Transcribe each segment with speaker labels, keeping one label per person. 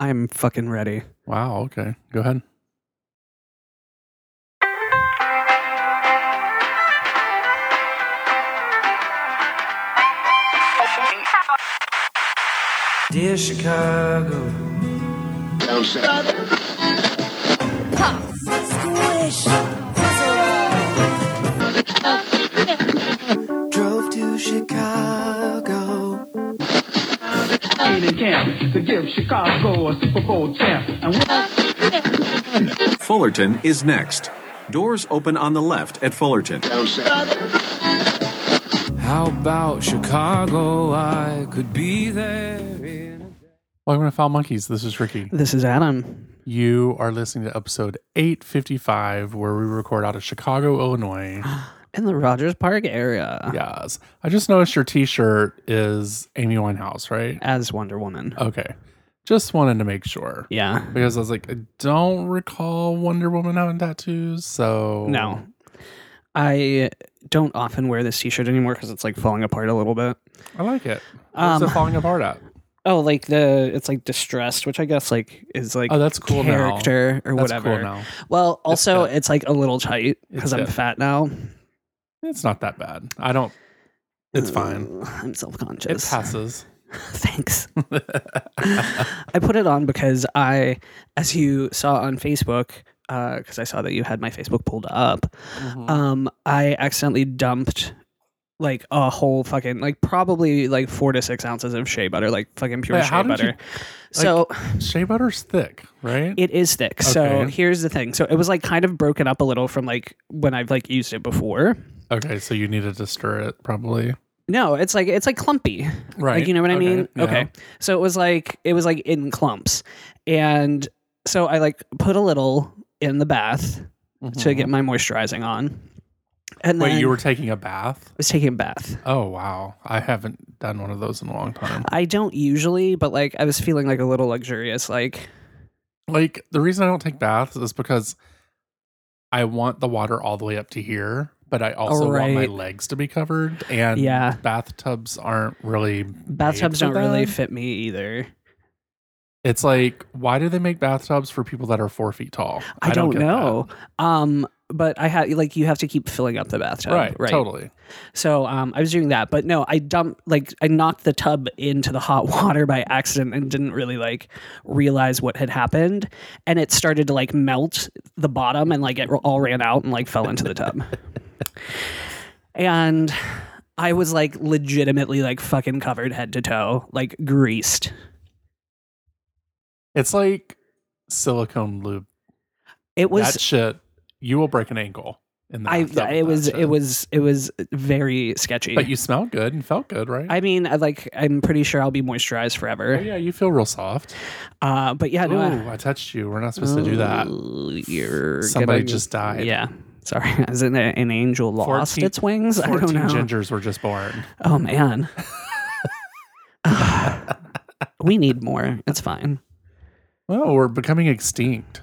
Speaker 1: I'm fucking ready.
Speaker 2: Wow. Okay. Go ahead.
Speaker 3: Dear Chicago, drove to Chicago.
Speaker 4: made in camp to give Chicago a Super Bowl champ. And we
Speaker 5: Fullerton is next. Doors open on the left at Fullerton.
Speaker 3: How about Chicago? I could be there. In
Speaker 2: Welcome to Foul Monkeys. This is Ricky.
Speaker 1: This is Adam.
Speaker 2: You are listening to episode 855, where we record out of Chicago, Illinois.
Speaker 1: In the Rogers Park area
Speaker 2: yes. I just noticed your t shirt is Amy Winehouse, right?
Speaker 1: as Wonder Woman.
Speaker 2: Okay. Just wanted to make sure.
Speaker 1: Yeah.
Speaker 2: Because I was like, I don't recall Wonder Woman having tattoos. So.
Speaker 1: No. I don't often wear this t shirt anymore because it's like falling apart a little bit.
Speaker 2: I like it.
Speaker 1: Um,
Speaker 2: What's it falling apart at?
Speaker 1: Oh, like the, it's like distressed, which I guess like is like
Speaker 2: Oh, that's cool now.
Speaker 1: character or
Speaker 2: That's
Speaker 1: whatever.
Speaker 2: cool now.
Speaker 1: Well, also,
Speaker 2: good.
Speaker 1: it's, like a little tight because
Speaker 2: It's
Speaker 1: I'm
Speaker 2: good.
Speaker 1: fat now.
Speaker 2: It's not that bad. I don't. It's fine.
Speaker 1: Uh, I'm self
Speaker 2: It
Speaker 1: conscious.
Speaker 2: passes.
Speaker 1: Thanks. I put it on because I, as you saw on Facebook, because I saw that you had my Facebook pulled up,
Speaker 2: Mm-hmm.
Speaker 1: um, I accidentally dumped like a whole fucking like probably like four to six ounces of shea butter, like fucking pure
Speaker 2: Wait,
Speaker 1: shea
Speaker 2: how did
Speaker 1: butter.
Speaker 2: you-
Speaker 1: so
Speaker 2: Shea butter's thick, right?
Speaker 1: it is thick. So
Speaker 2: Okay.
Speaker 1: here's the thing. So it was like kind of broken up a little from like when I've like used it before.
Speaker 2: okay, so you needed to stir it probably.
Speaker 1: No, it's like it's like clumpy.
Speaker 2: Right.
Speaker 1: Like you know what I
Speaker 2: Okay,
Speaker 1: mean?
Speaker 2: yeah.
Speaker 1: Okay. So it was like it was like in clumps. And so I like put a little in the bath to get my moisturizing on. And
Speaker 2: Mm-hmm. Wait,
Speaker 1: then
Speaker 2: you were
Speaker 1: I
Speaker 2: taking a bath?
Speaker 1: was taking a bath.
Speaker 2: Oh wow. I haven't done one of those in a long time.
Speaker 1: I don't usually, but like I was feeling like a little luxurious. Like
Speaker 2: Like the reason I don't take baths is because I want the water all the way up to here, but I also want
Speaker 1: Oh,
Speaker 2: my
Speaker 1: Right.
Speaker 2: legs to be covered and
Speaker 1: Yeah.
Speaker 2: bathtubs aren't really
Speaker 1: bathtubs
Speaker 2: for
Speaker 1: don't really
Speaker 2: that?
Speaker 1: fit me either.
Speaker 2: It's like why do they make bathtubs for people that are 4 feet tall?
Speaker 1: I, don't,
Speaker 2: get
Speaker 1: know. Um but I had like you have to keep filling up the
Speaker 2: that.
Speaker 1: bathtub.
Speaker 2: Right,
Speaker 1: right.
Speaker 2: totally.
Speaker 1: So um, I was doing that, but no, I dumped like I knocked the tub into the hot water by accident and didn't really like realize what had happened, and it started to like melt the bottom and like it all ran out and like fell into the tub, and I was like legitimately like fucking covered head to toe, like greased.
Speaker 2: It's like silicone lube.
Speaker 1: It was
Speaker 2: that shit you will break an ankle in that.
Speaker 1: I
Speaker 2: bathtub
Speaker 1: it
Speaker 2: with
Speaker 1: was
Speaker 2: that
Speaker 1: it
Speaker 2: shit.
Speaker 1: was it was very sketchy.
Speaker 2: But you smelled good and felt good, right?
Speaker 1: I mean, I like I'm pretty sure I'll be moisturized
Speaker 2: Oh,
Speaker 1: forever.
Speaker 2: yeah, you feel real soft.
Speaker 1: Uh, but yeah, no. I-
Speaker 2: Ooh, I touched you. We're not supposed to do that.
Speaker 1: Ooh, You're
Speaker 2: Somebody
Speaker 1: gonna-
Speaker 2: just died.
Speaker 1: Yeah. Sorry, as in a, an angel lost
Speaker 2: 14
Speaker 1: its wings. I don't
Speaker 2: Fourteen
Speaker 1: know.
Speaker 2: gingers were just born.
Speaker 1: Oh man, we need more. It's fine.
Speaker 2: Well, we're becoming extinct.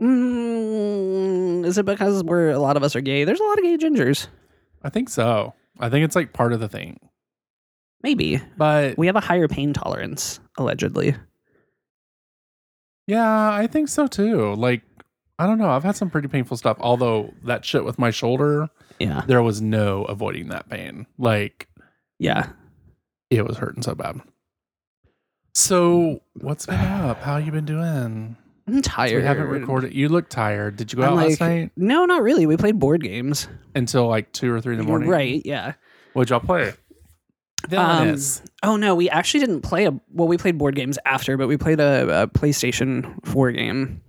Speaker 1: Mm, is it because we're a lot of us are gay? There's a lot of gay gingers.
Speaker 2: I think so. I think it's like part of the thing.
Speaker 1: Maybe
Speaker 2: But
Speaker 1: we have a higher pain tolerance allegedly.
Speaker 2: yeah, I think so too. Like, I don't know. I've had some pretty painful stuff. Although that shit with my shoulder,
Speaker 1: Yeah,
Speaker 2: there was no avoiding that pain. Like,
Speaker 1: yeah.
Speaker 2: it was hurting so bad. So, what's been up? How you been doing?
Speaker 1: I'm tired.
Speaker 2: We haven't recorded. You look tired. Did you go
Speaker 1: I'm
Speaker 2: out
Speaker 1: like,
Speaker 2: last night
Speaker 1: no, not really. We played board games.
Speaker 2: until like two or three in the morning?
Speaker 1: Right? Yeah.
Speaker 2: What'd y'all play?
Speaker 1: Um,
Speaker 2: Villainous.
Speaker 1: Oh no, we actually didn't play a. Well, we played board games after, but we played a, a PlayStation Four game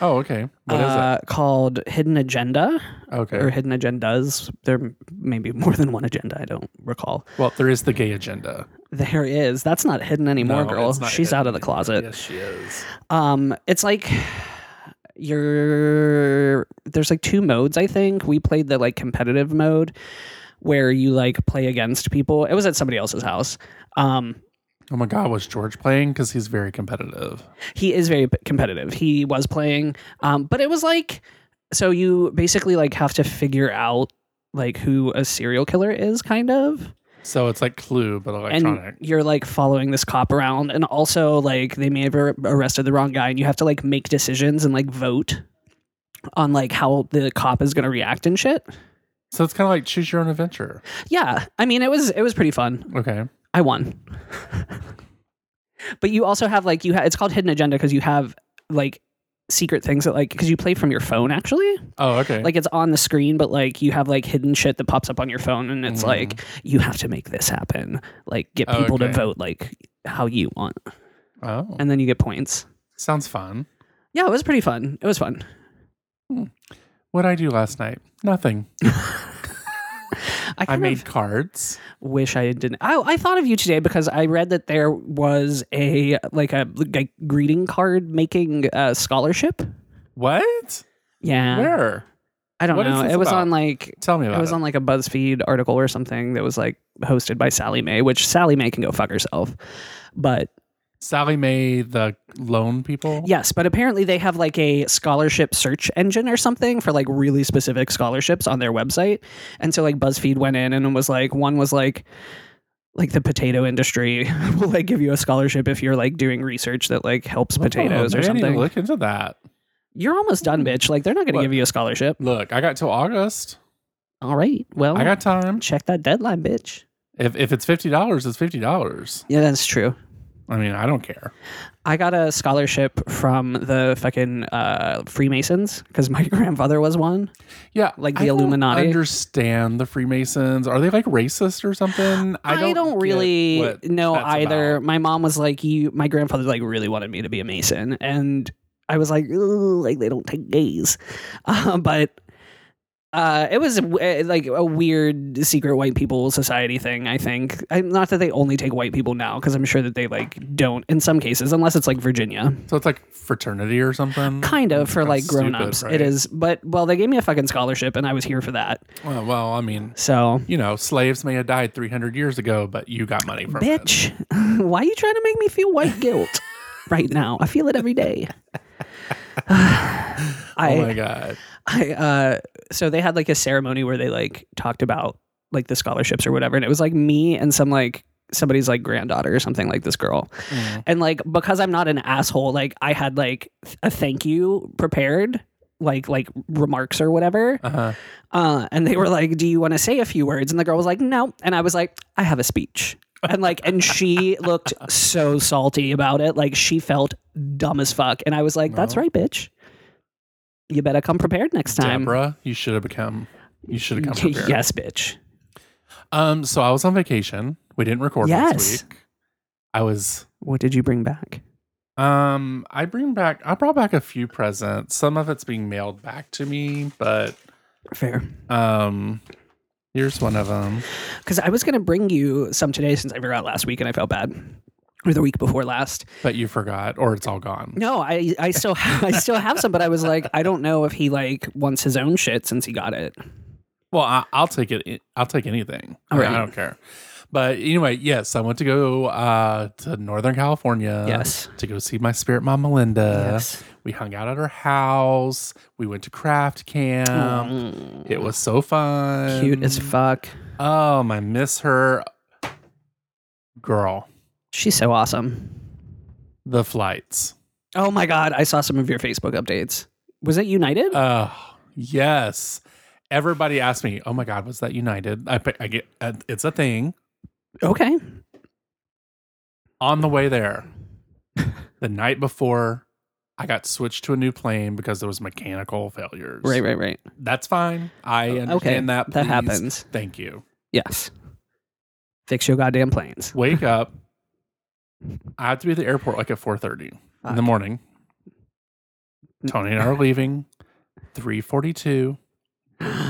Speaker 2: oh, okay. What is
Speaker 1: uh, called Hidden Agenda
Speaker 2: it? Okay.
Speaker 1: or Hidden Agendas. There may be more than one agenda. I don't recall.
Speaker 2: well, there is the gay agenda.
Speaker 1: There is. That's not hidden anymore,
Speaker 2: No,
Speaker 1: girl.
Speaker 2: it's not
Speaker 1: She's out of
Speaker 2: hidden.
Speaker 1: the closet.
Speaker 2: Yes, she is.
Speaker 1: Um, it's like you're there's like two modes. I think we played the like competitive mode where you like play against people. It was at somebody else's house. Um,
Speaker 2: Oh my God, was George playing? Because he's very competitive.
Speaker 1: he is very p- competitive. He was playing, um, but it was like so you basically like have to figure out like who a serial killer is, kind of.
Speaker 2: So it's like Clue, but
Speaker 1: and
Speaker 2: electronic.
Speaker 1: you're like following this cop around and also like they may have ar- arrested the wrong guy and you have to like make decisions and like vote on like how the cop is going to react and shit
Speaker 2: so it's kind of like choose your own adventure.
Speaker 1: yeah i mean it was it was pretty fun
Speaker 2: Okay.
Speaker 1: i won but you also have like you ha- it's called hidden agenda because you have like secret things that like because you play from your phone actually
Speaker 2: Oh, okay.
Speaker 1: like it's on the screen but like you have like hidden shit that pops up on your phone and it's
Speaker 2: Mhm.
Speaker 1: like you have to make this happen like get
Speaker 2: Oh,
Speaker 1: people to
Speaker 2: okay.
Speaker 1: vote like how you want
Speaker 2: oh,
Speaker 1: and then you get points
Speaker 2: sounds fun.
Speaker 1: yeah it was pretty fun it was fun
Speaker 2: What I do last night? Nothing.
Speaker 1: i
Speaker 2: I
Speaker 1: kind
Speaker 2: made
Speaker 1: of
Speaker 2: cards.
Speaker 1: wish i didn't I, I thought of you today because i read that there was a like a like greeting card making uh, scholarship
Speaker 2: What?
Speaker 1: yeah
Speaker 2: Where?
Speaker 1: i don't
Speaker 2: What is
Speaker 1: know
Speaker 2: this
Speaker 1: it was
Speaker 2: about?
Speaker 1: on like
Speaker 2: Tell me about
Speaker 1: Um, it was on like a BuzzFeed article or something that was like hosted by Sally Mae, which Sally Mae can go fuck herself. But
Speaker 2: Sally Mae, the lone people.
Speaker 1: Yes, but apparently they have like a scholarship search engine or something for like really specific scholarships on their website. And so like BuzzFeed went in and was like one was like like the potato industry will like give you a scholarship if you're like doing research that like helps
Speaker 2: Oh,
Speaker 1: potatoes or
Speaker 2: maybe I need to
Speaker 1: something.
Speaker 2: Look into that.
Speaker 1: You're almost done, bitch. Like they're not going to
Speaker 2: Look.
Speaker 1: give you a scholarship.
Speaker 2: Look, I got till August.
Speaker 1: All right. Well,
Speaker 2: I got time.
Speaker 1: check that deadline, bitch.
Speaker 2: If if it's fifty dollars, it's fifty dollars.
Speaker 1: Yeah, that's true.
Speaker 2: I mean, I don't care.
Speaker 1: I got a scholarship from the fucking uh, Freemasons because my grandfather was one.
Speaker 2: Yeah,
Speaker 1: Like
Speaker 2: I
Speaker 1: the
Speaker 2: don't
Speaker 1: Illuminati?
Speaker 2: Understand the Freemasons? Are they like racist or something?
Speaker 1: I don't,
Speaker 2: get
Speaker 1: really
Speaker 2: what
Speaker 1: know
Speaker 2: that's
Speaker 1: either.
Speaker 2: about.
Speaker 1: My mom was like, "You." My grandfather like really wanted me to be a mason, and I was like, "Ooh, like they don't take gays," uh, but. Uh, it was uh, like a weird secret white people society thing. I think I, not that they only take white people now, because I'm sure that they like don't in some cases, unless it's like Virginia,
Speaker 2: So it's like fraternity or something.
Speaker 1: kind of
Speaker 2: It's
Speaker 1: for
Speaker 2: kinda
Speaker 1: like
Speaker 2: stupid,
Speaker 1: grown ups.
Speaker 2: right?
Speaker 1: It is, but well, they gave me a fucking scholarship, and I was here for that.
Speaker 2: Well, well, I mean,
Speaker 1: So,
Speaker 2: you know, slaves may have died three hundred years ago, but you got money from it.
Speaker 1: bitch why are you trying to make me feel white guilt right now i feel it every day
Speaker 2: Oh
Speaker 1: i
Speaker 2: my god.
Speaker 1: i uh so they had like a ceremony where they like talked about like the scholarships or whatever and it was like me and some like somebody's like granddaughter or something like this girl
Speaker 2: Mm.
Speaker 1: and like because i'm not an asshole like i had like a thank you prepared like like remarks or whatever
Speaker 2: Uh-huh.
Speaker 1: uh, and they were like, "Do you want to say a few words?" And the girl was like, "No," and I was like, "I have a speech." And like, and she looked so salty about it. Like she felt dumb as fuck. And I was like, "That's
Speaker 2: No.
Speaker 1: right, bitch. You better come prepared next time."
Speaker 2: Deborah, you should have become. You should have come prepared.
Speaker 1: yes, bitch.
Speaker 2: Um. So I was on vacation. We didn't record
Speaker 1: Yes.
Speaker 2: last week. I was.
Speaker 1: What did you bring back?
Speaker 2: Um. I bring back. I brought back a few presents. Some of it's being mailed back to me, but
Speaker 1: Fair.
Speaker 2: um. Here's one of them.
Speaker 1: Because I was gonna bring you some today since I forgot last week and I felt bad, or the week before last.
Speaker 2: But you forgot, or it's all gone.
Speaker 1: No, I I still have, I still have some, but I was like, I don't know if he like wants his own shit since he got it.
Speaker 2: Well, I, I'll take it. eh, I'll take anything. I,
Speaker 1: All
Speaker 2: mean,
Speaker 1: right.
Speaker 2: I don't care. But anyway, yes, I went to go uh, to Northern California.
Speaker 1: Yes.
Speaker 2: to go see my spirit mom, Melinda.
Speaker 1: Yes.
Speaker 2: We hung out at her house. We went to craft camp. It was so fun.
Speaker 1: Cute as fuck.
Speaker 2: Um, I miss her, girl.
Speaker 1: She's so awesome.
Speaker 2: The flights.
Speaker 1: Oh my god, I saw some of your Facebook updates. Was it United?
Speaker 2: Oh yes. Everybody asked me, "Oh my God, was that United?" I, I get uh, it's a thing.
Speaker 1: okay.
Speaker 2: on the way there, the night before, I got switched to a new plane because there was mechanical failures.
Speaker 1: Right, right, right.
Speaker 2: That's fine. I understand
Speaker 1: Okay,
Speaker 2: that.
Speaker 1: that
Speaker 2: please.
Speaker 1: happens.
Speaker 2: Thank you.
Speaker 1: Yes. Fix your goddamn planes.
Speaker 2: Wake up. I have to be at the airport like at four thirty in the
Speaker 1: Fuck. Mm.
Speaker 2: morning. Tony and I are leaving. Three forty two.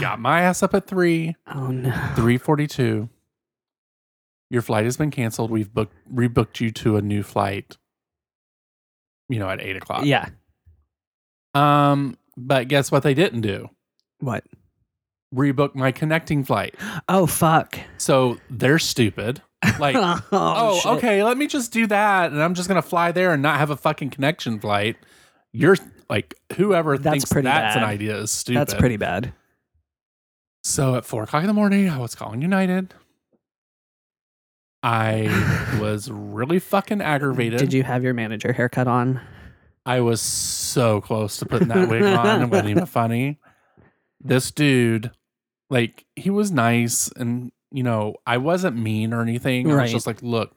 Speaker 2: Got my ass up at three.
Speaker 1: Oh no.
Speaker 2: Three forty two. Your flight has been canceled. We've booked rebooked you to a new flight. You know, at eight o'clock.
Speaker 1: Yeah.
Speaker 2: Um, but guess what they didn't do?
Speaker 1: What?
Speaker 2: Rebook my connecting flight.
Speaker 1: Oh fuck.
Speaker 2: So they're stupid. Like, oh,
Speaker 1: oh, shit.
Speaker 2: okay, let me just do that, and I'm just gonna fly there and not have a fucking connection flight. You're like, whoever
Speaker 1: That's
Speaker 2: thinks
Speaker 1: pretty
Speaker 2: that's an
Speaker 1: bad.
Speaker 2: idea is stupid.
Speaker 1: That's pretty bad.
Speaker 2: So at four o'clock in the morning, I was calling United. I was really fucking aggravated.
Speaker 1: Did you have your manager haircut on?
Speaker 2: I was so close to putting that wig on. It wasn't even funny. This dude, like, he was nice and, you know, I wasn't mean or anything. I
Speaker 1: Right.
Speaker 2: was just like, look,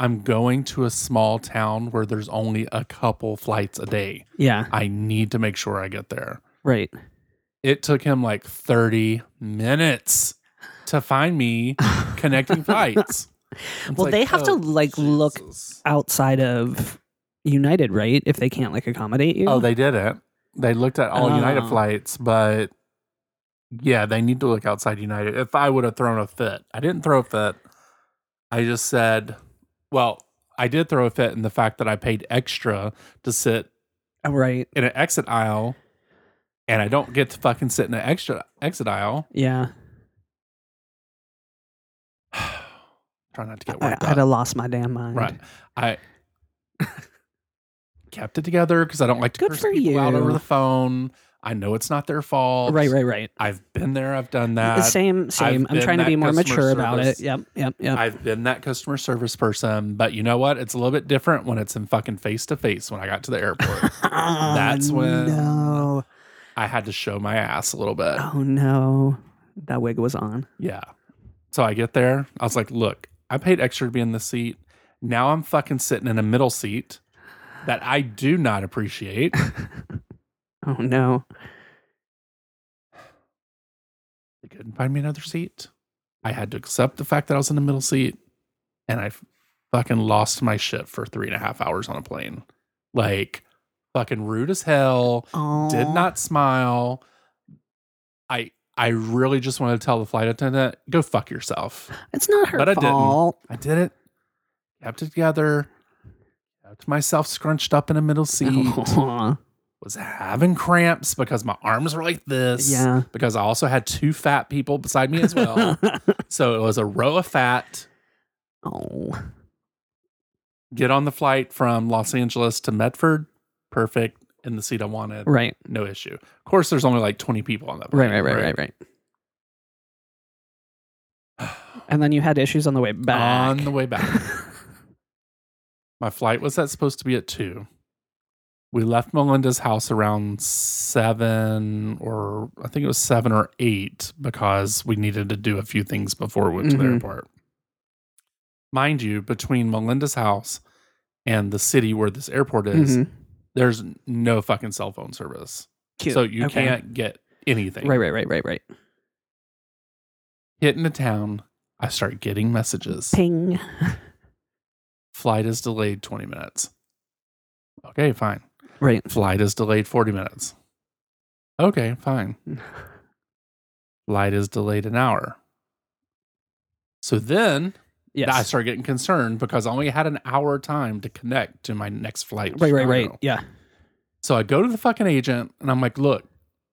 Speaker 2: I'm going to a small town where there's only a couple flights a day.
Speaker 1: Yeah,
Speaker 2: I need to make sure I get there.
Speaker 1: right.
Speaker 2: It took him like 30 minutes to find me connecting flights. It's oh,
Speaker 1: Well, they have to, like, look
Speaker 2: Jesus.
Speaker 1: Outside of United, right? If they can't like accommodate you.
Speaker 2: Oh, they did it. They looked at all United
Speaker 1: Oh.
Speaker 2: flights, but yeah, they need to look outside United. If I would have thrown a fit, I didn't throw a fit. I just said, well, I did throw a fit in the fact that I paid extra to sit
Speaker 1: Oh, right.
Speaker 2: in an exit aisle and I don't get to fucking sit in an extra exit aisle.
Speaker 1: Yeah,
Speaker 2: Try not to get
Speaker 1: I,
Speaker 2: worked
Speaker 1: I'd
Speaker 2: up.
Speaker 1: have lost my damn mind.
Speaker 2: Oh Right. I kept it together because I don't like to
Speaker 1: Good
Speaker 2: curse
Speaker 1: for
Speaker 2: people out
Speaker 1: you.
Speaker 2: over the phone. I know it's not their fault.
Speaker 1: Right. Right. Right.
Speaker 2: I've been there. I've done that.
Speaker 1: same. Same. I'm
Speaker 2: been
Speaker 1: trying to
Speaker 2: that
Speaker 1: be more
Speaker 2: customer
Speaker 1: mature about it.
Speaker 2: service.
Speaker 1: Yep. Yep. Yep.
Speaker 2: I've been that customer service person, but you know what? It's a little bit different when it's in fucking face to face. When I got to the airport,
Speaker 1: Ah,
Speaker 2: that's when-
Speaker 1: No.
Speaker 2: I had to show my ass a little bit.
Speaker 1: Oh no. That wig was on.
Speaker 2: Yeah. So I get there. I was like, look, I paid extra to be in the seat. Now I'm fucking sitting in a middle seat that I do not appreciate.
Speaker 1: Oh no.
Speaker 2: They couldn't find me another seat. I had to accept the fact that I was in the middle seat and I fucking lost my shit for three and a half hours on a plane. Like, fucking rude as hell.
Speaker 1: Oh.
Speaker 2: Did not smile. I I really just wanted to tell the flight attendant, go fuck yourself.
Speaker 1: It's not her
Speaker 2: But I didn't.
Speaker 1: fault.
Speaker 2: I did it. Kept it together. Kept myself scrunched up in a middle seat.
Speaker 1: Oh.
Speaker 2: Was having cramps because my arms were like this.
Speaker 1: Yeah.
Speaker 2: Because I also had two fat people beside me as well. So it was a row of fat.
Speaker 1: oh.
Speaker 2: Get on the flight from Los Angeles to Medford. Perfect. In the seat I wanted.
Speaker 1: Right.
Speaker 2: No issue. Of course, there's only like 20 people on that plane.
Speaker 1: Right. Right. Right. Right. Right. And then you had issues on the way back.
Speaker 2: On the way back. My flight was that supposed to be at two. We left Melinda's house around seven or I think it was seven or eight because we needed to do a few things before we went to the
Speaker 1: Mhm.
Speaker 2: airport. Mind you, between Melinda's house and the city where this airport is,
Speaker 1: Mhm.
Speaker 2: there's no fucking cell phone service.
Speaker 1: Cute.
Speaker 2: So you
Speaker 1: Okay.
Speaker 2: can't get anything.
Speaker 1: Right. Right. Right. Right. Right.
Speaker 2: Hit into town, I start getting messages.
Speaker 1: Ping.
Speaker 2: Flight is delayed 20 minutes. Okay, fine.
Speaker 1: Right.
Speaker 2: Flight is delayed 40 minutes. Okay, fine. Flight is delayed an hour. So then
Speaker 1: Yes.
Speaker 2: I start getting concerned because I only had an hour time to connect to my next flight. to
Speaker 1: right. Right. Right.
Speaker 2: Chicago.
Speaker 1: Yeah.
Speaker 2: So I go to the fucking agent and I'm like, look,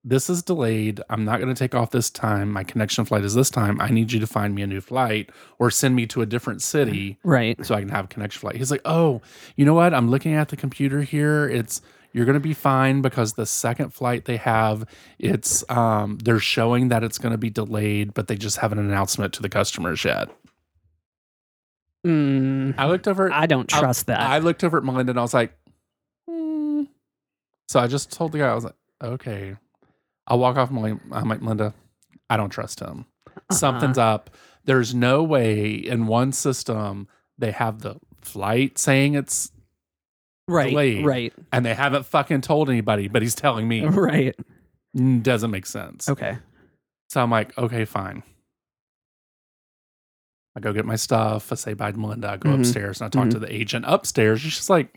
Speaker 2: this is delayed. I'm not going to take off this time. My connection flight is this time. I need you to find me a new flight or send me to a different city
Speaker 1: Right.
Speaker 2: so I can have a connection flight. He's like, oh, you know what? I'm looking at the computer here. It's you're gonna be fine because the second flight they have, it's um, they're showing that it's gonna be delayed, but they just haven't announced it to the customers yet.
Speaker 1: Mm,
Speaker 2: I looked over. at-
Speaker 1: I don't
Speaker 2: I-
Speaker 1: trust that.
Speaker 2: I looked over at Melinda and I was like, hmm. so I just told the guy I was like, okay, I'll walk off. Melinda. I'm like, Melinda, I don't trust him.
Speaker 1: Uh-huh.
Speaker 2: Something's up. There's no way in one system they have the flight saying it's
Speaker 1: right.
Speaker 2: delayed.
Speaker 1: Right.
Speaker 2: and they haven't fucking told anybody, but he's telling me
Speaker 1: Right.
Speaker 2: Mm, doesn't make sense.
Speaker 1: Okay.
Speaker 2: So I'm like, okay, fine. I go get my stuff. I say bye to Melinda. I go
Speaker 1: Mhm.
Speaker 2: upstairs and I talk to the agent upstairs. She's just like,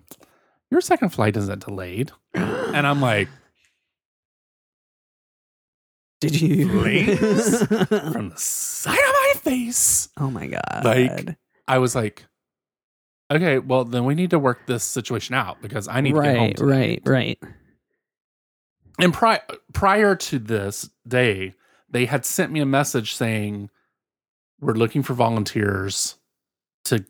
Speaker 2: your second flight isn't delayed. And I'm like,
Speaker 1: Did you?
Speaker 2: Please? from the side of my face.
Speaker 1: oh my god.
Speaker 2: Like, I was like, okay, well, then we need to work this situation out because I need to get home.
Speaker 1: right.
Speaker 2: today."
Speaker 1: Right. Right.
Speaker 2: And pri- prior to this day, they had sent me a message saying, "We're looking for volunteers to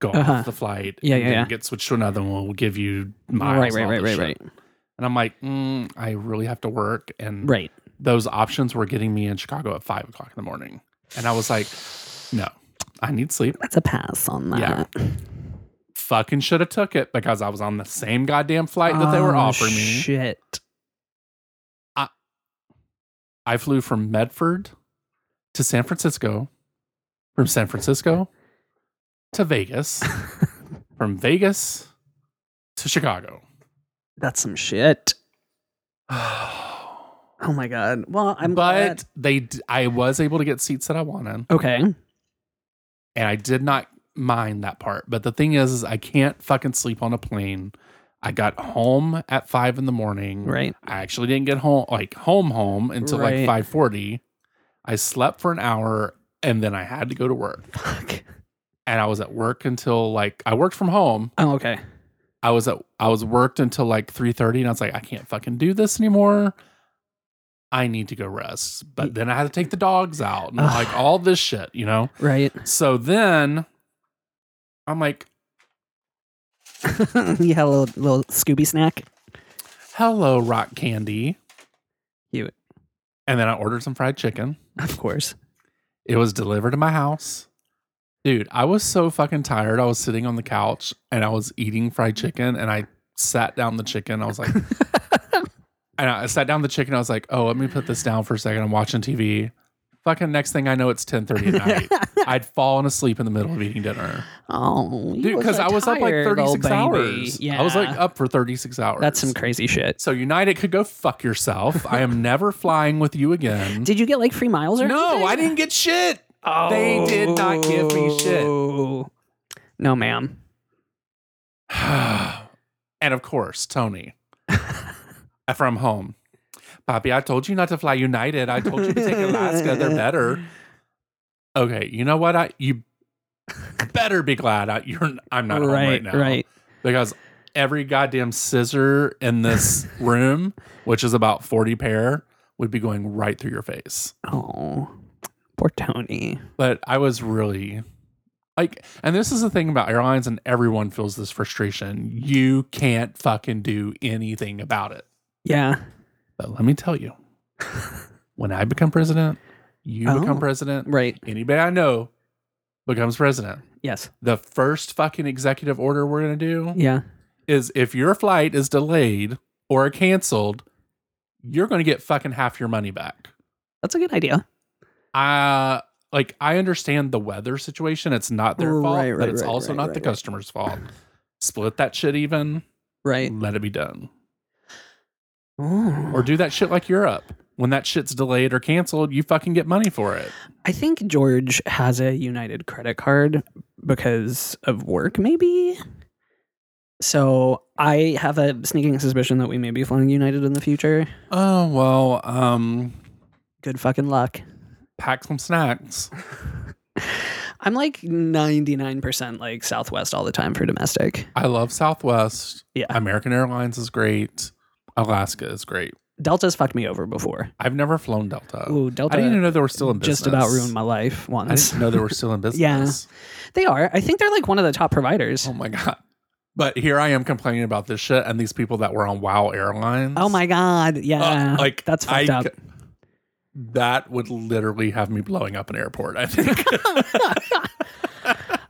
Speaker 2: go
Speaker 1: Uh-huh.
Speaker 2: off the flight.
Speaker 1: Yeah,
Speaker 2: and
Speaker 1: yeah,
Speaker 2: then
Speaker 1: yeah.
Speaker 2: Get switched to another one. We'll give you miles.
Speaker 1: right.
Speaker 2: and all
Speaker 1: Right. Right.
Speaker 2: this
Speaker 1: Right.
Speaker 2: shit."
Speaker 1: Right.
Speaker 2: And I'm like, mm, I really have to work. And
Speaker 1: Right.
Speaker 2: those options were getting me in Chicago at five o'clock in the morning. And I was like, no, I need sleep.
Speaker 1: That's a pass on
Speaker 2: Yeah.
Speaker 1: that.
Speaker 2: Fucking should have took it because I was on the same goddamn flight that they were
Speaker 1: Oh,
Speaker 2: offering me.
Speaker 1: Shit.
Speaker 2: I flew from Medford to San Francisco, from San Francisco to Vegas, from Vegas to Chicago.
Speaker 1: That's some shit. Oh my god. Well, I'm
Speaker 2: but
Speaker 1: glad.
Speaker 2: they, d- I was able to get seats that I wanted,
Speaker 1: Okay.
Speaker 2: and I did not mind that part. But the thing is, is I can't fucking sleep on a plane. I got home at five in the morning.
Speaker 1: Right.
Speaker 2: I actually didn't get home like home home until
Speaker 1: Right.
Speaker 2: like five forty. I slept for an hour, and then I had to go to work.
Speaker 1: Fuck.
Speaker 2: and I was at work until like I worked from home.
Speaker 1: Oh, okay.
Speaker 2: I was at I was worked until like three thirty, and I was like, I can't fucking do this anymore. I need to go rest. But then I had to take the dogs out and
Speaker 1: Ugh.
Speaker 2: like all this shit, you know.
Speaker 1: Right.
Speaker 2: So then I'm like,
Speaker 1: you had a little, little Scooby snack.
Speaker 2: "Hello, rock candy,"
Speaker 1: Cute.
Speaker 2: and then I ordered some fried chicken.
Speaker 1: Of course.
Speaker 2: It was delivered to my house. Dude, I was so fucking tired. I was sitting on the couch and I was eating fried chicken and I sat down the chicken. I was like, and I sat down the chicken. I was like, oh, let me put this down for a second. I'm watching TV. Fucking next thing I know, it's 1030 at night. I'd fallen asleep in the middle of eating dinner.
Speaker 1: Oh, you
Speaker 2: Dude,
Speaker 1: look
Speaker 2: because
Speaker 1: so
Speaker 2: I was up like
Speaker 1: tired, old
Speaker 2: 36
Speaker 1: baby.
Speaker 2: hours.
Speaker 1: Yeah.
Speaker 2: I was like up for 36 hours.
Speaker 1: That's some crazy shit.
Speaker 2: So United could go fuck yourself. I am never flying with you again.
Speaker 1: Did you get like free miles or
Speaker 2: no,
Speaker 1: anything?
Speaker 2: I didn't get shit.
Speaker 1: Oh.
Speaker 2: They did not give me shit.
Speaker 1: No, ma'am.
Speaker 2: and of course, Tony from home. Bobby, I told you not to fly United. I told you to take Alaska. They're better. Okay, you know what? I you better be glad I, you're. I'm not home right
Speaker 1: right,
Speaker 2: now,
Speaker 1: right.
Speaker 2: Because every goddamn scissor in this room, which is about forty pair, would be going right through your face.
Speaker 1: Oh, poor Tony.
Speaker 2: But I was really like, and this is the thing about airlines, and everyone feels this frustration. You can't fucking do anything about it.
Speaker 1: Yeah.
Speaker 2: But let me tell you, when I become president, you
Speaker 1: Oh.
Speaker 2: become president,
Speaker 1: Right.
Speaker 2: anybody I know becomes president.
Speaker 1: Yes.
Speaker 2: The first fucking executive order we're going to do
Speaker 1: Yeah.
Speaker 2: is if your flight is delayed or canceled, you're going to get fucking half your money back.
Speaker 1: That's a good idea.
Speaker 2: Uh like I understand the weather situation. It's not their
Speaker 1: Right,
Speaker 2: fault,
Speaker 1: right,
Speaker 2: but it's
Speaker 1: right,
Speaker 2: also
Speaker 1: right,
Speaker 2: not
Speaker 1: right,
Speaker 2: the
Speaker 1: right.
Speaker 2: customer's fault. Split that shit even.
Speaker 1: Right.
Speaker 2: Let it be done.
Speaker 1: Oh.
Speaker 2: Or do that shit like Europe. When that shit's delayed or canceled, you fucking get money for it.
Speaker 1: I think George has a United credit card because of work, maybe. So I have a sneaking suspicion that we may be flying United in the future.
Speaker 2: Oh well, um,
Speaker 1: Good fucking luck.
Speaker 2: pack some snacks.
Speaker 1: I'm like 99% like Southwest all the time for domestic.
Speaker 2: I love Southwest.
Speaker 1: Yeah.
Speaker 2: American Airlines is great. Alaska is great.
Speaker 1: Delta's fucked me over before.
Speaker 2: I've never flown Delta.
Speaker 1: Ooh,
Speaker 2: I
Speaker 1: Delta
Speaker 2: didn't even know they were still in business.
Speaker 1: just about ruined my life
Speaker 2: I
Speaker 1: once.
Speaker 2: didn't know they were still in business.
Speaker 1: Yeah. They are. I think they're like one of the top providers.
Speaker 2: Oh my god. But here I am complaining about this shit and these people that were on WoW Airlines.
Speaker 1: Oh my god. Yeah.
Speaker 2: Uh, like
Speaker 1: that's fucked
Speaker 2: I
Speaker 1: up.
Speaker 2: c- That would literally have me blowing up an airport. I think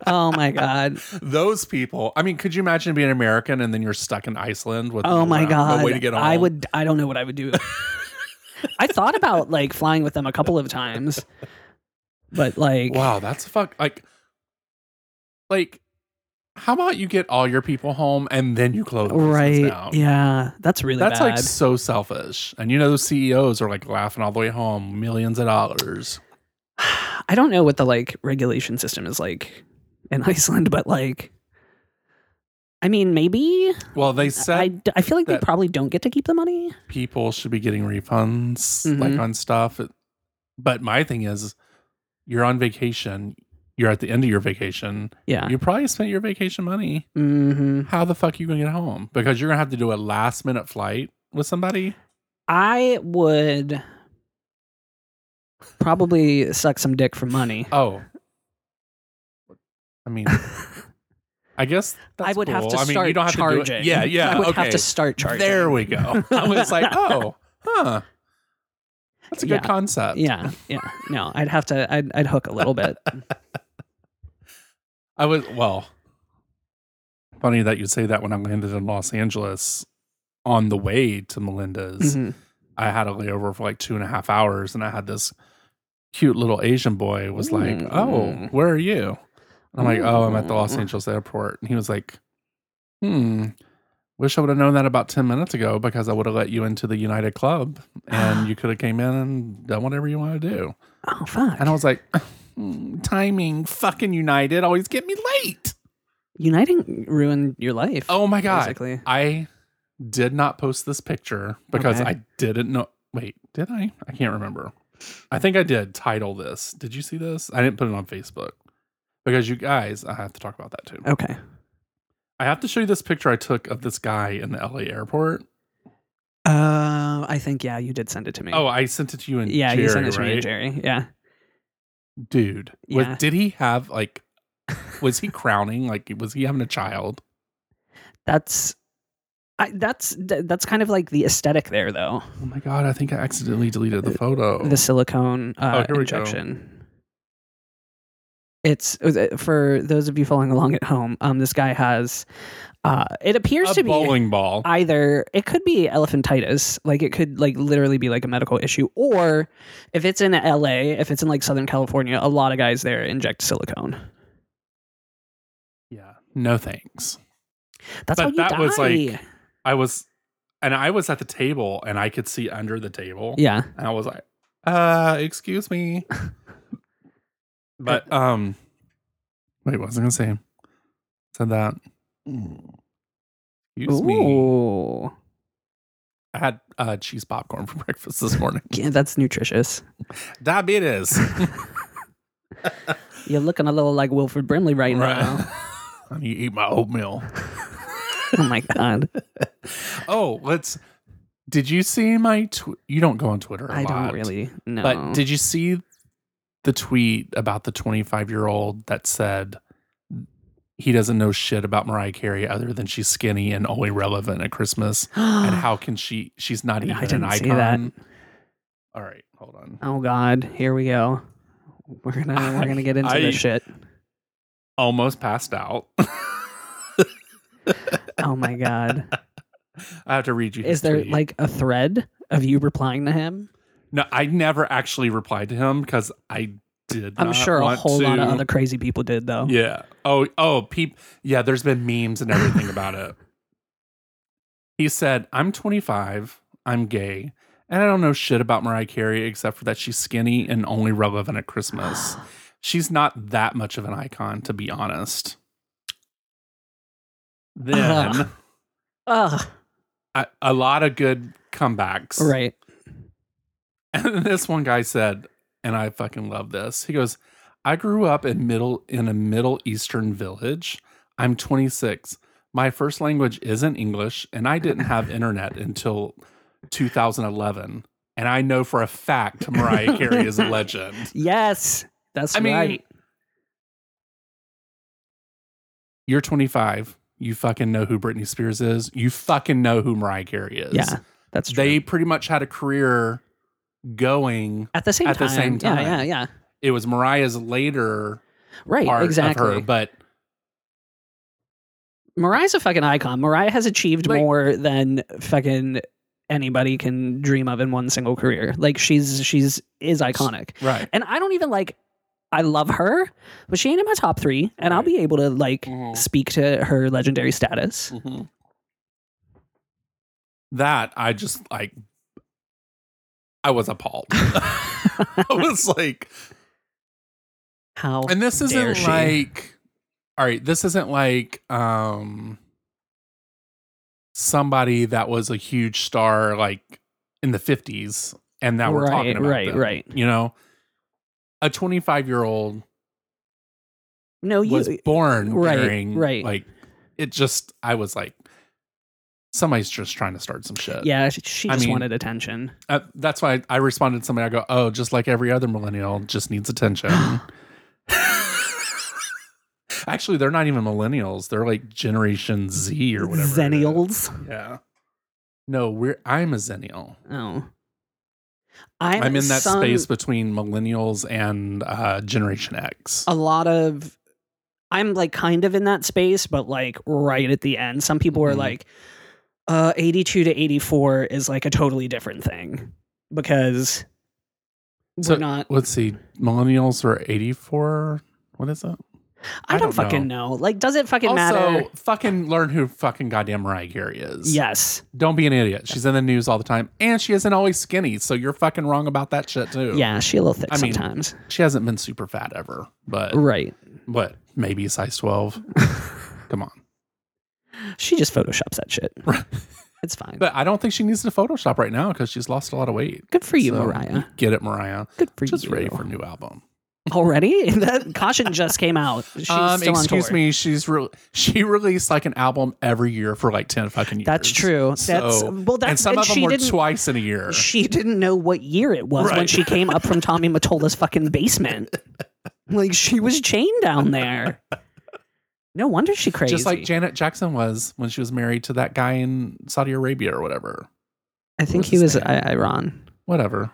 Speaker 1: Oh my god.
Speaker 2: those people. I mean, could you imagine being American and then you're stuck in Iceland with
Speaker 1: Oh
Speaker 2: no
Speaker 1: my
Speaker 2: ra-
Speaker 1: god.
Speaker 2: no way to get home?
Speaker 1: I would I don't know what I would do. I thought about like flying with them a couple of times. But like
Speaker 2: Wow, that's a fuck. Like, like, how about you get all your people home and then you close the business
Speaker 1: right.
Speaker 2: down?
Speaker 1: Yeah. That's really
Speaker 2: That's
Speaker 1: bad.
Speaker 2: like so selfish. And you know those CEOs are like laughing all the way home, millions of dollars.
Speaker 1: I don't know what the like regulation system is like in Iceland, but like I mean, maybe
Speaker 2: Well, they
Speaker 1: I,
Speaker 2: said
Speaker 1: d- I feel like they
Speaker 2: that-
Speaker 1: probably don't get to keep the money.
Speaker 2: people should be getting refunds like
Speaker 1: Mhm.
Speaker 2: on stuff. It- But my thing is, you're on vacation. You're at the end of your vacation.
Speaker 1: Yeah.
Speaker 2: You probably spent your vacation money.
Speaker 1: hmm
Speaker 2: How the fuck you gonna get home? Because you're gonna have to do a last minute flight with somebody.
Speaker 1: I would probably suck some dick for money.
Speaker 2: Oh. I mean, I guess that's
Speaker 1: I would have
Speaker 2: cool.
Speaker 1: to
Speaker 2: I
Speaker 1: start
Speaker 2: mean, you don't have
Speaker 1: charging.
Speaker 2: To do it. Yeah, yeah.
Speaker 1: I would
Speaker 2: okay.
Speaker 1: have to start charging.
Speaker 2: There we go. I was like, oh, huh. That's a good
Speaker 1: Yeah.
Speaker 2: concept.
Speaker 1: Yeah, yeah. No, I'd have to. I'd, I'd hook a little bit.
Speaker 2: I was well. Funny that you'd say that when I landed in Los Angeles on the way to Melinda's.
Speaker 1: Mhm.
Speaker 2: I had a layover for like two and a half hours, and I had this cute little Asian boy was like, "Oh,
Speaker 1: Mm.
Speaker 2: where are you?" And I'm like, "Oh, I'm at the Los
Speaker 1: Mm.
Speaker 2: Angeles airport." And he was like, "Hmm, wish I would have known that about ten minutes ago because I would have let you into the United Club, and you could have came in and done whatever you want to do."
Speaker 1: Oh fuck!
Speaker 2: And I was like, "Mm, "Timing, fucking United, always get me late."
Speaker 1: Uniting ruined your life.
Speaker 2: Oh my god,
Speaker 1: Basically.
Speaker 2: I did not post this picture because
Speaker 1: Okay.
Speaker 2: I didn't know. Wait, did I? I can't remember. I think I did title this. Did you see this? I didn't put it on Facebook because you guys, I have to talk about that too.
Speaker 1: Okay.
Speaker 2: I have to show you this picture I took of this guy in the LA airport.
Speaker 1: Uh, I think yeah, you did send it to me.
Speaker 2: Oh, I sent it to you and
Speaker 1: yeah,
Speaker 2: Jerry,
Speaker 1: you sent it to me,
Speaker 2: right?
Speaker 1: and Jerry. Yeah.
Speaker 2: Dude, was-
Speaker 1: Yeah.
Speaker 2: did he have like? Was he crowning? Like, was he having a child?
Speaker 1: That's I, that's th- that's kind of like the aesthetic there, though.
Speaker 2: Oh my god! I think I accidentally deleted the photo.
Speaker 1: The silicone uh,
Speaker 2: Oh. here we go.
Speaker 1: injection. It's uh, for those of you following along at home. Um, this guy has. Uh, it appears
Speaker 2: a
Speaker 1: to be
Speaker 2: bowling ball.
Speaker 1: either it could be elephantitis like it could like literally be like a medical issue or if it's in la if it's in like southern california a lot of guys there inject silicone
Speaker 2: yeah. No thanks.
Speaker 1: that's
Speaker 2: But
Speaker 1: how you
Speaker 2: that
Speaker 1: die
Speaker 2: was, like- I was, and I was at the table, and I could see under the table.
Speaker 1: yeah
Speaker 2: and I was like, "Uh, excuse me." but um, wait, what was I gonna say? Said that. Excuse me.
Speaker 1: Ooh.
Speaker 2: I had uh, cheese popcorn for breakfast this morning.
Speaker 1: Yeah, that's nutritious
Speaker 2: Diabetes.
Speaker 1: you're looking a little like wilfred brimley right,
Speaker 2: right.
Speaker 1: now
Speaker 2: I need to eat my oatmeal.
Speaker 1: oh my god
Speaker 2: Oh, let's. Did you see my? Tw- you don't go on Twitter. I
Speaker 1: i don't really know
Speaker 2: But did you see the tweet about the 25 year old that said he doesn't know shit about Mariah Carey other than she's skinny and only relevant at Christmas? and how can she? She's not
Speaker 1: I
Speaker 2: even an
Speaker 1: didn't
Speaker 2: icon.
Speaker 1: see that.
Speaker 2: All right, hold on.
Speaker 1: oh god here we go we're gonna we're gonna get into
Speaker 2: I-
Speaker 1: this shit
Speaker 2: Almost passed out.
Speaker 1: oh my god
Speaker 2: I have to read you. his
Speaker 1: is there
Speaker 2: tweet.
Speaker 1: like a thread of you replying to him
Speaker 2: no? I never actually replied to him because I did.
Speaker 1: I'm
Speaker 2: not
Speaker 1: sure a
Speaker 2: want
Speaker 1: whole lot of
Speaker 2: to-
Speaker 1: other crazy people did though.
Speaker 2: Yeah. Oh, oh, peep. Yeah, there's been memes and everything about it. He said, I'm 25, I'm gay, and I don't know shit about Mariah Carey except for that she's skinny and only relevant at Christmas. She's not that much of an icon, to be honest. Then
Speaker 1: Ugh. Ugh.
Speaker 2: a, a lot of good comebacks.
Speaker 1: Right.
Speaker 2: And this one guy said, and I fucking love this. He goes, I grew up in middle in a middle eastern village. I'm 26. My first language isn't English, and I didn't have internet until 2011. And I know for a fact Mariah Carey is a legend.
Speaker 1: Yes. That's
Speaker 2: I mean,
Speaker 1: right.
Speaker 2: you're 25. You fucking know who Britney Spears is. You fucking know who Mariah Carey is.
Speaker 1: Yeah. That's true.
Speaker 2: They pretty much had a career going
Speaker 1: at the same
Speaker 2: at
Speaker 1: time.
Speaker 2: the same time.
Speaker 1: Yeah, yeah, yeah.
Speaker 2: it was Mariah's later
Speaker 1: Right,
Speaker 2: part
Speaker 1: exactly.
Speaker 2: of her, but
Speaker 1: Mariah's a fucking icon. Mariah has achieved
Speaker 2: Like-
Speaker 1: more than fucking anybody can dream of in one single career. Like she's she's is iconic.
Speaker 2: right.
Speaker 1: And I don't even like I love her, but she ain't in my top 3 and I'll
Speaker 2: Right.
Speaker 1: be able to like
Speaker 2: Mhm.
Speaker 1: speak to her legendary status.
Speaker 2: Mm-hmm. That I just like I was appalled. I was like
Speaker 1: How
Speaker 2: and this
Speaker 1: dare
Speaker 2: isn't
Speaker 1: she.
Speaker 2: like all right, this isn't like um somebody that was a huge star like in the 50s and now we're talking
Speaker 1: Right,
Speaker 2: about
Speaker 1: right,
Speaker 2: them,
Speaker 1: right.
Speaker 2: You know, a 25-year-old
Speaker 1: No, you
Speaker 2: was born
Speaker 1: right,
Speaker 2: wearing
Speaker 1: right.
Speaker 2: like it just I was like somebody's just trying to start some shit.
Speaker 1: Yeah, she, she
Speaker 2: I
Speaker 1: just
Speaker 2: mean-
Speaker 1: wanted attention.
Speaker 2: Uh, that's why I responded to somebody I go, "Oh, just like every other millennial just needs attention." Actually, they're not even millennials. They're like generation Z or whatever. it is.
Speaker 1: Zennials.
Speaker 2: Yeah. No, we're I'm a zennial.
Speaker 1: Oh.
Speaker 2: I'm, in that
Speaker 1: some- Oh,
Speaker 2: space between millennials and uh, generation X.
Speaker 1: A lot of I'm like kind of in that space, but like right at the end. Some people were
Speaker 2: Mm-hmm.
Speaker 1: like, uh, 82 to 84 is like a totally different thing because
Speaker 2: So-
Speaker 1: we're not.
Speaker 2: Let's see. Millennials are 84. What is that?
Speaker 1: I don't,
Speaker 2: I don't
Speaker 1: fucking know. Like, does it fucking
Speaker 2: also,
Speaker 1: matter?
Speaker 2: fucking learn who fucking goddamn Mariah Carey is.
Speaker 1: Yes.
Speaker 2: Don't be an idiot. She's in the news all the time, and she isn't always skinny. So you're fucking wrong about that shit too.
Speaker 1: Yeah, she a little thick
Speaker 2: I mean-
Speaker 1: sometimes.
Speaker 2: She hasn't been super fat ever, but
Speaker 1: right.
Speaker 2: but maybe size 12. Come on.
Speaker 1: She just photoshops that shit.
Speaker 2: Right.
Speaker 1: It's fine.
Speaker 2: But I don't think she needs to Photoshop right now because she's lost a lot of weight.
Speaker 1: Good for you,
Speaker 2: So,
Speaker 1: Mariah.
Speaker 2: Get it, Mariah.
Speaker 1: Good for
Speaker 2: Just
Speaker 1: you.
Speaker 2: ready for a new album.
Speaker 1: Already? That caution just came out. She's
Speaker 2: um,
Speaker 1: still
Speaker 2: excuse
Speaker 1: on tour.
Speaker 2: me. She's re- she released like an album every year for like ten fucking years.
Speaker 1: That's true. That's-
Speaker 2: so,
Speaker 1: well, that's-
Speaker 2: and some
Speaker 1: and
Speaker 2: of them
Speaker 1: she
Speaker 2: were
Speaker 1: didn't-
Speaker 2: twice in a year.
Speaker 1: She didn't know what year it was when
Speaker 2: Right.
Speaker 1: she came up from Tommy Matola's fucking basement. Like she was chained down there. No wonder she crazy.
Speaker 2: Just like Janet Jackson was when she was married to that guy in Saudi Arabia or whatever.
Speaker 1: I think
Speaker 2: what's
Speaker 1: he
Speaker 2: his
Speaker 1: was
Speaker 2: name?
Speaker 1: I- Iran.
Speaker 2: Whatever.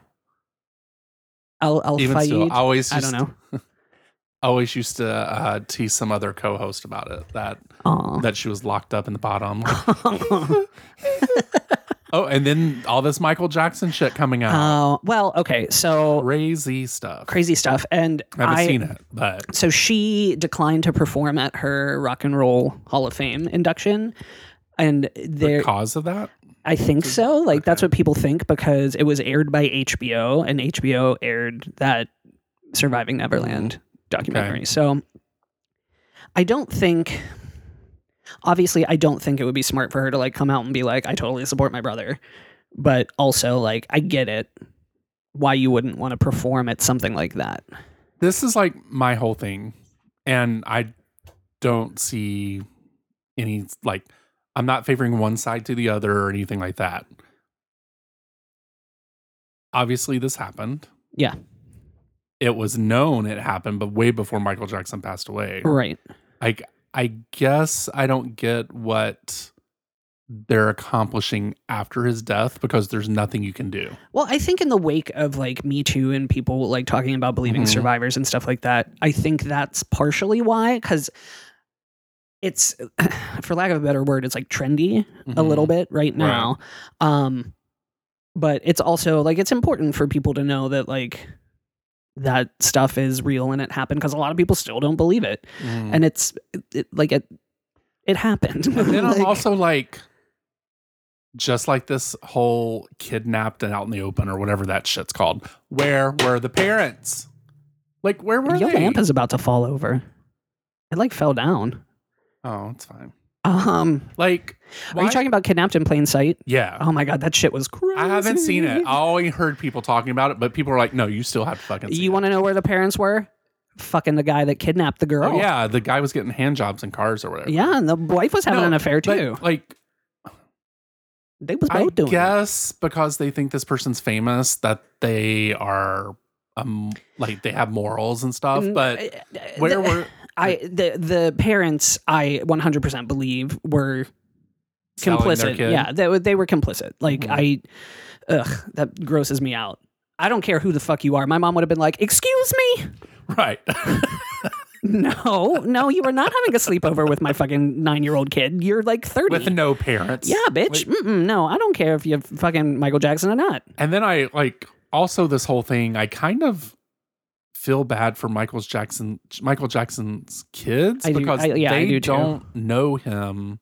Speaker 1: Al Al
Speaker 2: Even still,
Speaker 1: Fayed.
Speaker 2: I always
Speaker 1: I
Speaker 2: just,
Speaker 1: don't know.
Speaker 2: Always used to uh, tease some other co-host about it that
Speaker 1: Aw.
Speaker 2: that she was locked up in the bottom. oh, and then all this Michael Jackson shit coming out,
Speaker 1: Uh, well, okay, so
Speaker 2: crazy stuff.
Speaker 1: crazy stuff, and
Speaker 2: I haven't
Speaker 1: I
Speaker 2: seen it, but
Speaker 1: so she declined to perform at her Rock and Roll Hall of Fame induction, and there
Speaker 2: cause of that,
Speaker 1: I think so. Like that's what people think because it was aired by HBO and HBO aired that Surviving Neverland documentary. So I don't think obviously I don't think it would be smart for her to like come out and be like I totally support my brother. But also like I get it why you wouldn't want to perform at something like that.
Speaker 2: this is like my whole thing and i don't see any like i'm not favoring one side to the other or anything like that obviously this happened
Speaker 1: Yeah.
Speaker 2: it was known it happened but way before michael jackson passed away
Speaker 1: Right.
Speaker 2: like i guess i don't get what they're accomplishing after his death because there's nothing you can do
Speaker 1: Well, I think in the wake of like Me Too and people like talking about believing
Speaker 2: Mhm.
Speaker 1: survivors and stuff like that, I think that's partially why, because it's, for lack of a better word, it's like trendy a
Speaker 2: Mm-hmm.
Speaker 1: little bit right
Speaker 2: Right.
Speaker 1: now. Um, but it's also like it's important for people to know that like that stuff is real and it happened because a lot of people still don't believe it,
Speaker 2: Mhm.
Speaker 1: and it's it, it- like it it happened.
Speaker 2: And then
Speaker 1: Like,
Speaker 2: I'm also like, just like this whole kidnapped and out in the open or whatever that shit's called. Where were the parents? Like, where were
Speaker 1: your
Speaker 2: they?
Speaker 1: lamp is about to fall over. It like fell down.
Speaker 2: oh, it's fine.
Speaker 1: Um.
Speaker 2: Like,
Speaker 1: Are
Speaker 2: why-
Speaker 1: you talking about kidnapped in plain sight?
Speaker 2: Yeah.
Speaker 1: Oh my god, that shit was crazy.
Speaker 2: I haven't seen it. I only heard people talking about it, but people are like, no, you still have to fucking see
Speaker 1: you want to know where the parents were? Fucking the guy that kidnapped the
Speaker 2: it.
Speaker 1: girl.
Speaker 2: Oh, yeah. The guy was getting hand jobs in cars or whatever.
Speaker 1: Yeah, and the wife was having
Speaker 2: No,
Speaker 1: an affair
Speaker 2: but,
Speaker 1: too.
Speaker 2: Like,
Speaker 1: they was both
Speaker 2: I
Speaker 1: doing it.
Speaker 2: guess because they think this person's famous that they are, um, like they have morals and stuff.
Speaker 1: Mm,
Speaker 2: But
Speaker 1: uh, uh,
Speaker 2: where
Speaker 1: the-
Speaker 2: were
Speaker 1: I the the parents I 100% believe were
Speaker 2: Selling their
Speaker 1: complicit.
Speaker 2: kid?
Speaker 1: Yeah, they, were- they were complicit. Like
Speaker 2: Mhm.
Speaker 1: I ugh, that grosses me out. I don't care who the fuck you are. My mom would have been like, "Excuse me?
Speaker 2: Right.
Speaker 1: No, no, you were not having a sleepover with my fucking 9-year-old kid. You're like 30."
Speaker 2: With no parents.
Speaker 1: Yeah, bitch.
Speaker 2: Like-
Speaker 1: Mm-mm, no, I don't care if you're fucking Michael Jackson or not.
Speaker 2: and then I like also this whole thing, I kind of feel bad for Michael's Jackson Michael Jackson's kids
Speaker 1: I do-
Speaker 2: because
Speaker 1: I- yeah, I
Speaker 2: they
Speaker 1: do too.
Speaker 2: not know him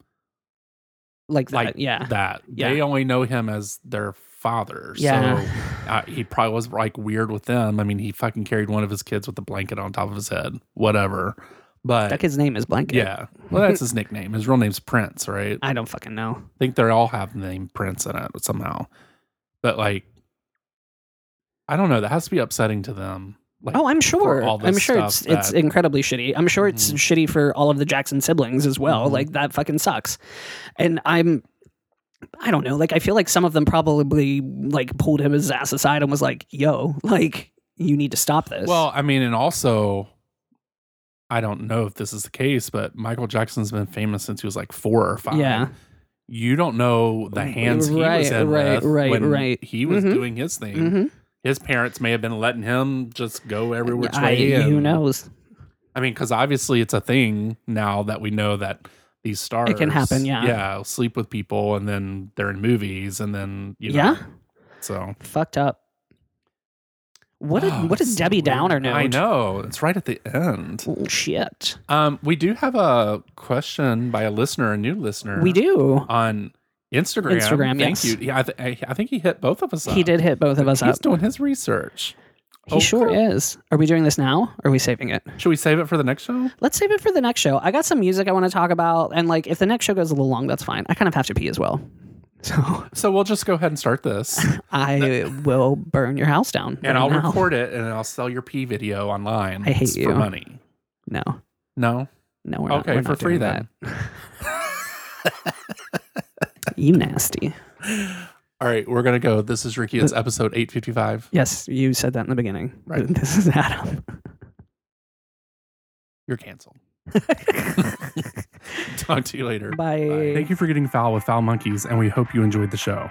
Speaker 1: Like that.
Speaker 2: like
Speaker 1: yeah.
Speaker 2: that.
Speaker 1: Yeah.
Speaker 2: They only know him as their father.
Speaker 1: Yeah.
Speaker 2: So uh, he probably was like weird with them. I mean, he fucking carried one of his kids with a blanket on top of his head. Whatever. But
Speaker 1: that kid's name is Blanket.
Speaker 2: yeah. Well, that's his nickname. His real name's Prince, right?
Speaker 1: I don't fucking know.
Speaker 2: think they all have the name Prince in it somehow. But like, I don't know. That has to be upsetting to them. Like,
Speaker 1: Oh, I'm sure.
Speaker 2: all this
Speaker 1: I'm sure it's
Speaker 2: stuff
Speaker 1: it's
Speaker 2: that-
Speaker 1: incredibly shitty. I'm sure it's
Speaker 2: Mhm.
Speaker 1: shitty for all of the Jackson siblings as well.
Speaker 2: Mhm.
Speaker 1: Like that fucking sucks. And I'm I don't know. Like I feel like some of them probably like pulled him his ass aside and was like, "Yo, like you need to stop this."
Speaker 2: well, I mean, and also, I don't know if this is the case, but Michael Jackson's been famous since he was like four or five.
Speaker 1: Yeah.
Speaker 2: You don't know the hands he was
Speaker 1: Right,
Speaker 2: in
Speaker 1: right,
Speaker 2: with
Speaker 1: right,
Speaker 2: when
Speaker 1: right.
Speaker 2: he was
Speaker 1: Mhm.
Speaker 2: doing his thing.
Speaker 1: Mhm.
Speaker 2: His parents may have been letting him just go every which
Speaker 1: I-
Speaker 2: way. and
Speaker 1: who knows?
Speaker 2: I mean, because obviously it's a thing now that we know that these stars
Speaker 1: can happen, yeah.
Speaker 2: yeah, sleep with people, and then they're in movies, and then you know,
Speaker 1: yeah,
Speaker 2: So
Speaker 1: fucked up. What a
Speaker 2: Oh,
Speaker 1: what a
Speaker 2: it's so
Speaker 1: Debbie
Speaker 2: weird.
Speaker 1: Downer note.
Speaker 2: I know it's right at the end.
Speaker 1: Oh, Shit,
Speaker 2: Um, we do have a question by a listener, a new listener.
Speaker 1: we do.
Speaker 2: on Instagram.
Speaker 1: Instagram, yes.
Speaker 2: Thank you. Yeah, I, th- I, I think he hit both of us.
Speaker 1: He
Speaker 2: up.
Speaker 1: did hit both of us
Speaker 2: He's
Speaker 1: up.
Speaker 2: doing his research.
Speaker 1: He sure
Speaker 2: Okay.
Speaker 1: is. Are we doing this now? Or are we saving it?
Speaker 2: Should we save it for the next show?
Speaker 1: Let's save it for the next show. I got some music I want to talk about, and like if the next show goes a little long, that's fine. I kind of have to pee as well, so
Speaker 2: So we'll just go ahead and start this,
Speaker 1: I will burn your house down.
Speaker 2: and
Speaker 1: right
Speaker 2: I'll
Speaker 1: now.
Speaker 2: record it, and I'll sell your P video online.
Speaker 1: I hate
Speaker 2: It's
Speaker 1: you.
Speaker 2: for money.
Speaker 1: No,
Speaker 2: No,
Speaker 1: no, we're not.
Speaker 2: Okay,
Speaker 1: we're
Speaker 2: for
Speaker 1: not
Speaker 2: free
Speaker 1: doing
Speaker 2: then.
Speaker 1: that. you nasty.
Speaker 2: all right, we're gonna go. This is Ricky. It's episode eight fifty five.
Speaker 1: Yes, you said that in the beginning.
Speaker 2: Right.
Speaker 1: This is Adam.
Speaker 2: You're canceled. Talk to you later.
Speaker 1: Bye.
Speaker 2: Thank you for getting foul with Foul Monkeys, and we hope you enjoyed the show.